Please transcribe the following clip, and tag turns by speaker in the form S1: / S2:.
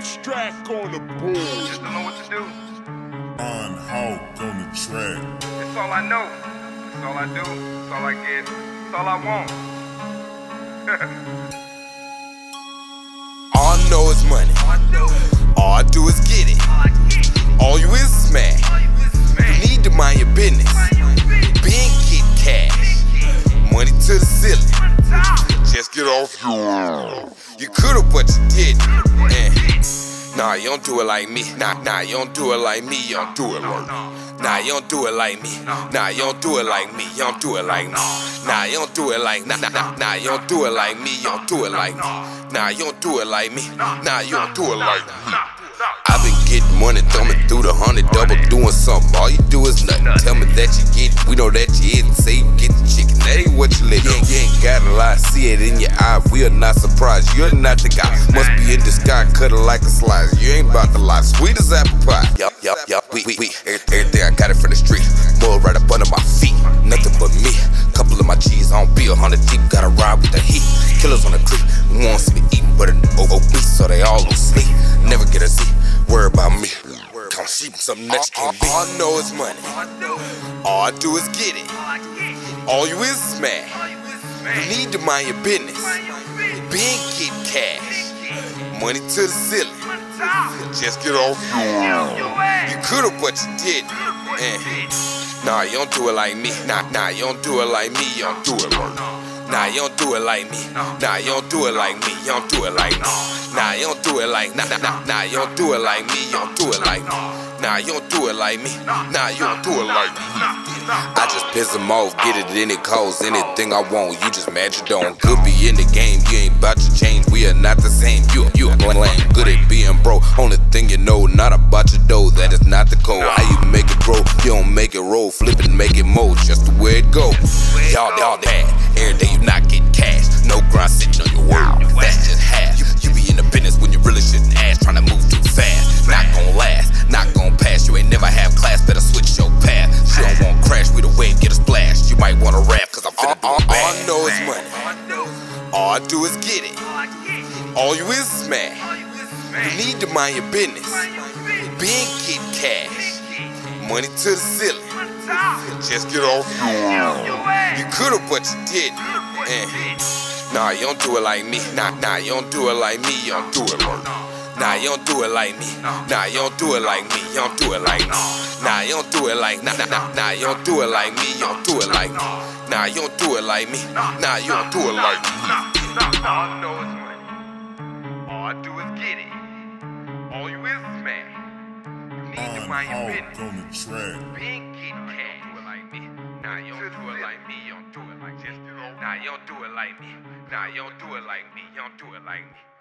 S1: Strack on the board.
S2: Just don't know what to do.
S3: On Hawk on the track.
S2: It's all I know. It's all I do. It's all I get. It's all I want.
S4: All I know is money.
S2: All I do.
S4: All I do is get it.
S2: All I get.
S4: All you is smack.
S2: All you is man.
S4: Need to mind your business. Been get cash. Money to the ceiling. Just get off your own. You could've, but you didn't. Eh. Nah, you don't do it like me. Nah, nah, you don't do it like me. You don't do it like me. Nah, you don't do it like me. Nah, you don't do it like me. You don't do it like me. Nah, you don't do it like nah, nah, nah, nah, you don't do it like me. You don't do it like me. Nah, you don't do it like me. Nah, you don't do it like me. I've been getting money, thumbing through the hundred, double doing something. All you do is nothing. Tell me that you get, it, we know that you is. Say you get the chicken, that ain't what you live. You, ain't- you ain't got a lot, see it in your eye. We are not surprised. You're not the guy. Must be in the sky, cut it like a slice. You ain't about to lie, sweet as apple pie. Yup, yup, yup, we, we, we. Every- Everything I got it from the street. Mud right up under my feet. Nothing but me. Couple of my G's on bill, hundred deep. Gotta ride with the heat. Killers on the creek. Won't see me eating, but an obese, so they all lose sleep. Never get a seat. Worry about me. Come see something that you can't be. All I know is money. All I do is get it. All you is is mad. You need to mind your business. Big get Eh. cash. Money to the ceiling. Just get off your You could've, but you didn't. Eh. Nah, you don't do it like me. Nah, nah, you don't do it like me. You don't do it like me. Nah, you don't do it like me. Nah, you don't do it like me. You don't do it like me. Nah, you don't do it like nah, nah, nah, nah, you don't do it like me. You don't do it like me. Nah, you don't do it like me. Nah, you don't do it like me. I just piss them off, get it any cause, anything I want. You just mad you don't. Could be in the game, you ain't about to change. We are not the same. You you lame, good at being bro. Only thing you know, not about your dough. That is not the code. How you make it grow? You don't make it roll, flip it, make it mold. Just the way it go. Y'all y'all that. Every day you not getting cash, no grind sitting on your word. That's just half. You, you be in the business when you really shouldn't ask, trying to move too fast. Not gon' last, not gon' pass. You ain't never have class, better switch your path. She don't want crash, we the wave, get a splash. You might wanna rap, cause I'm finna all, do it All I know is money, all I do is get it. All you is is mad. You need to mind your business. Big get cash, money to the ceiling. Just get off your You could've, but you didn't. Eh. Nah, you don't do it like me. Nah, nah, you don't do it like me. You don't do it like me. Nah, you don't do it like me. Nah, you don't do it like me. You don't do it like me. Nah, you don't do it like nah, nah, nah, nah, you don't do it like me. You don't do it like me. Nah, you don't do it like me. Nah, you don't do it like me.
S2: All I know is money. All I do is get it. All you is is man. You need to
S3: On
S2: mind your
S3: Hawk
S2: business.
S3: on the track.
S2: Big kid cash. Don't do it like me. Nah, you don't do it like me. You don't do it like just. Nah, you don't do it like me. Nah, you don't do it like me. You don't do it like me.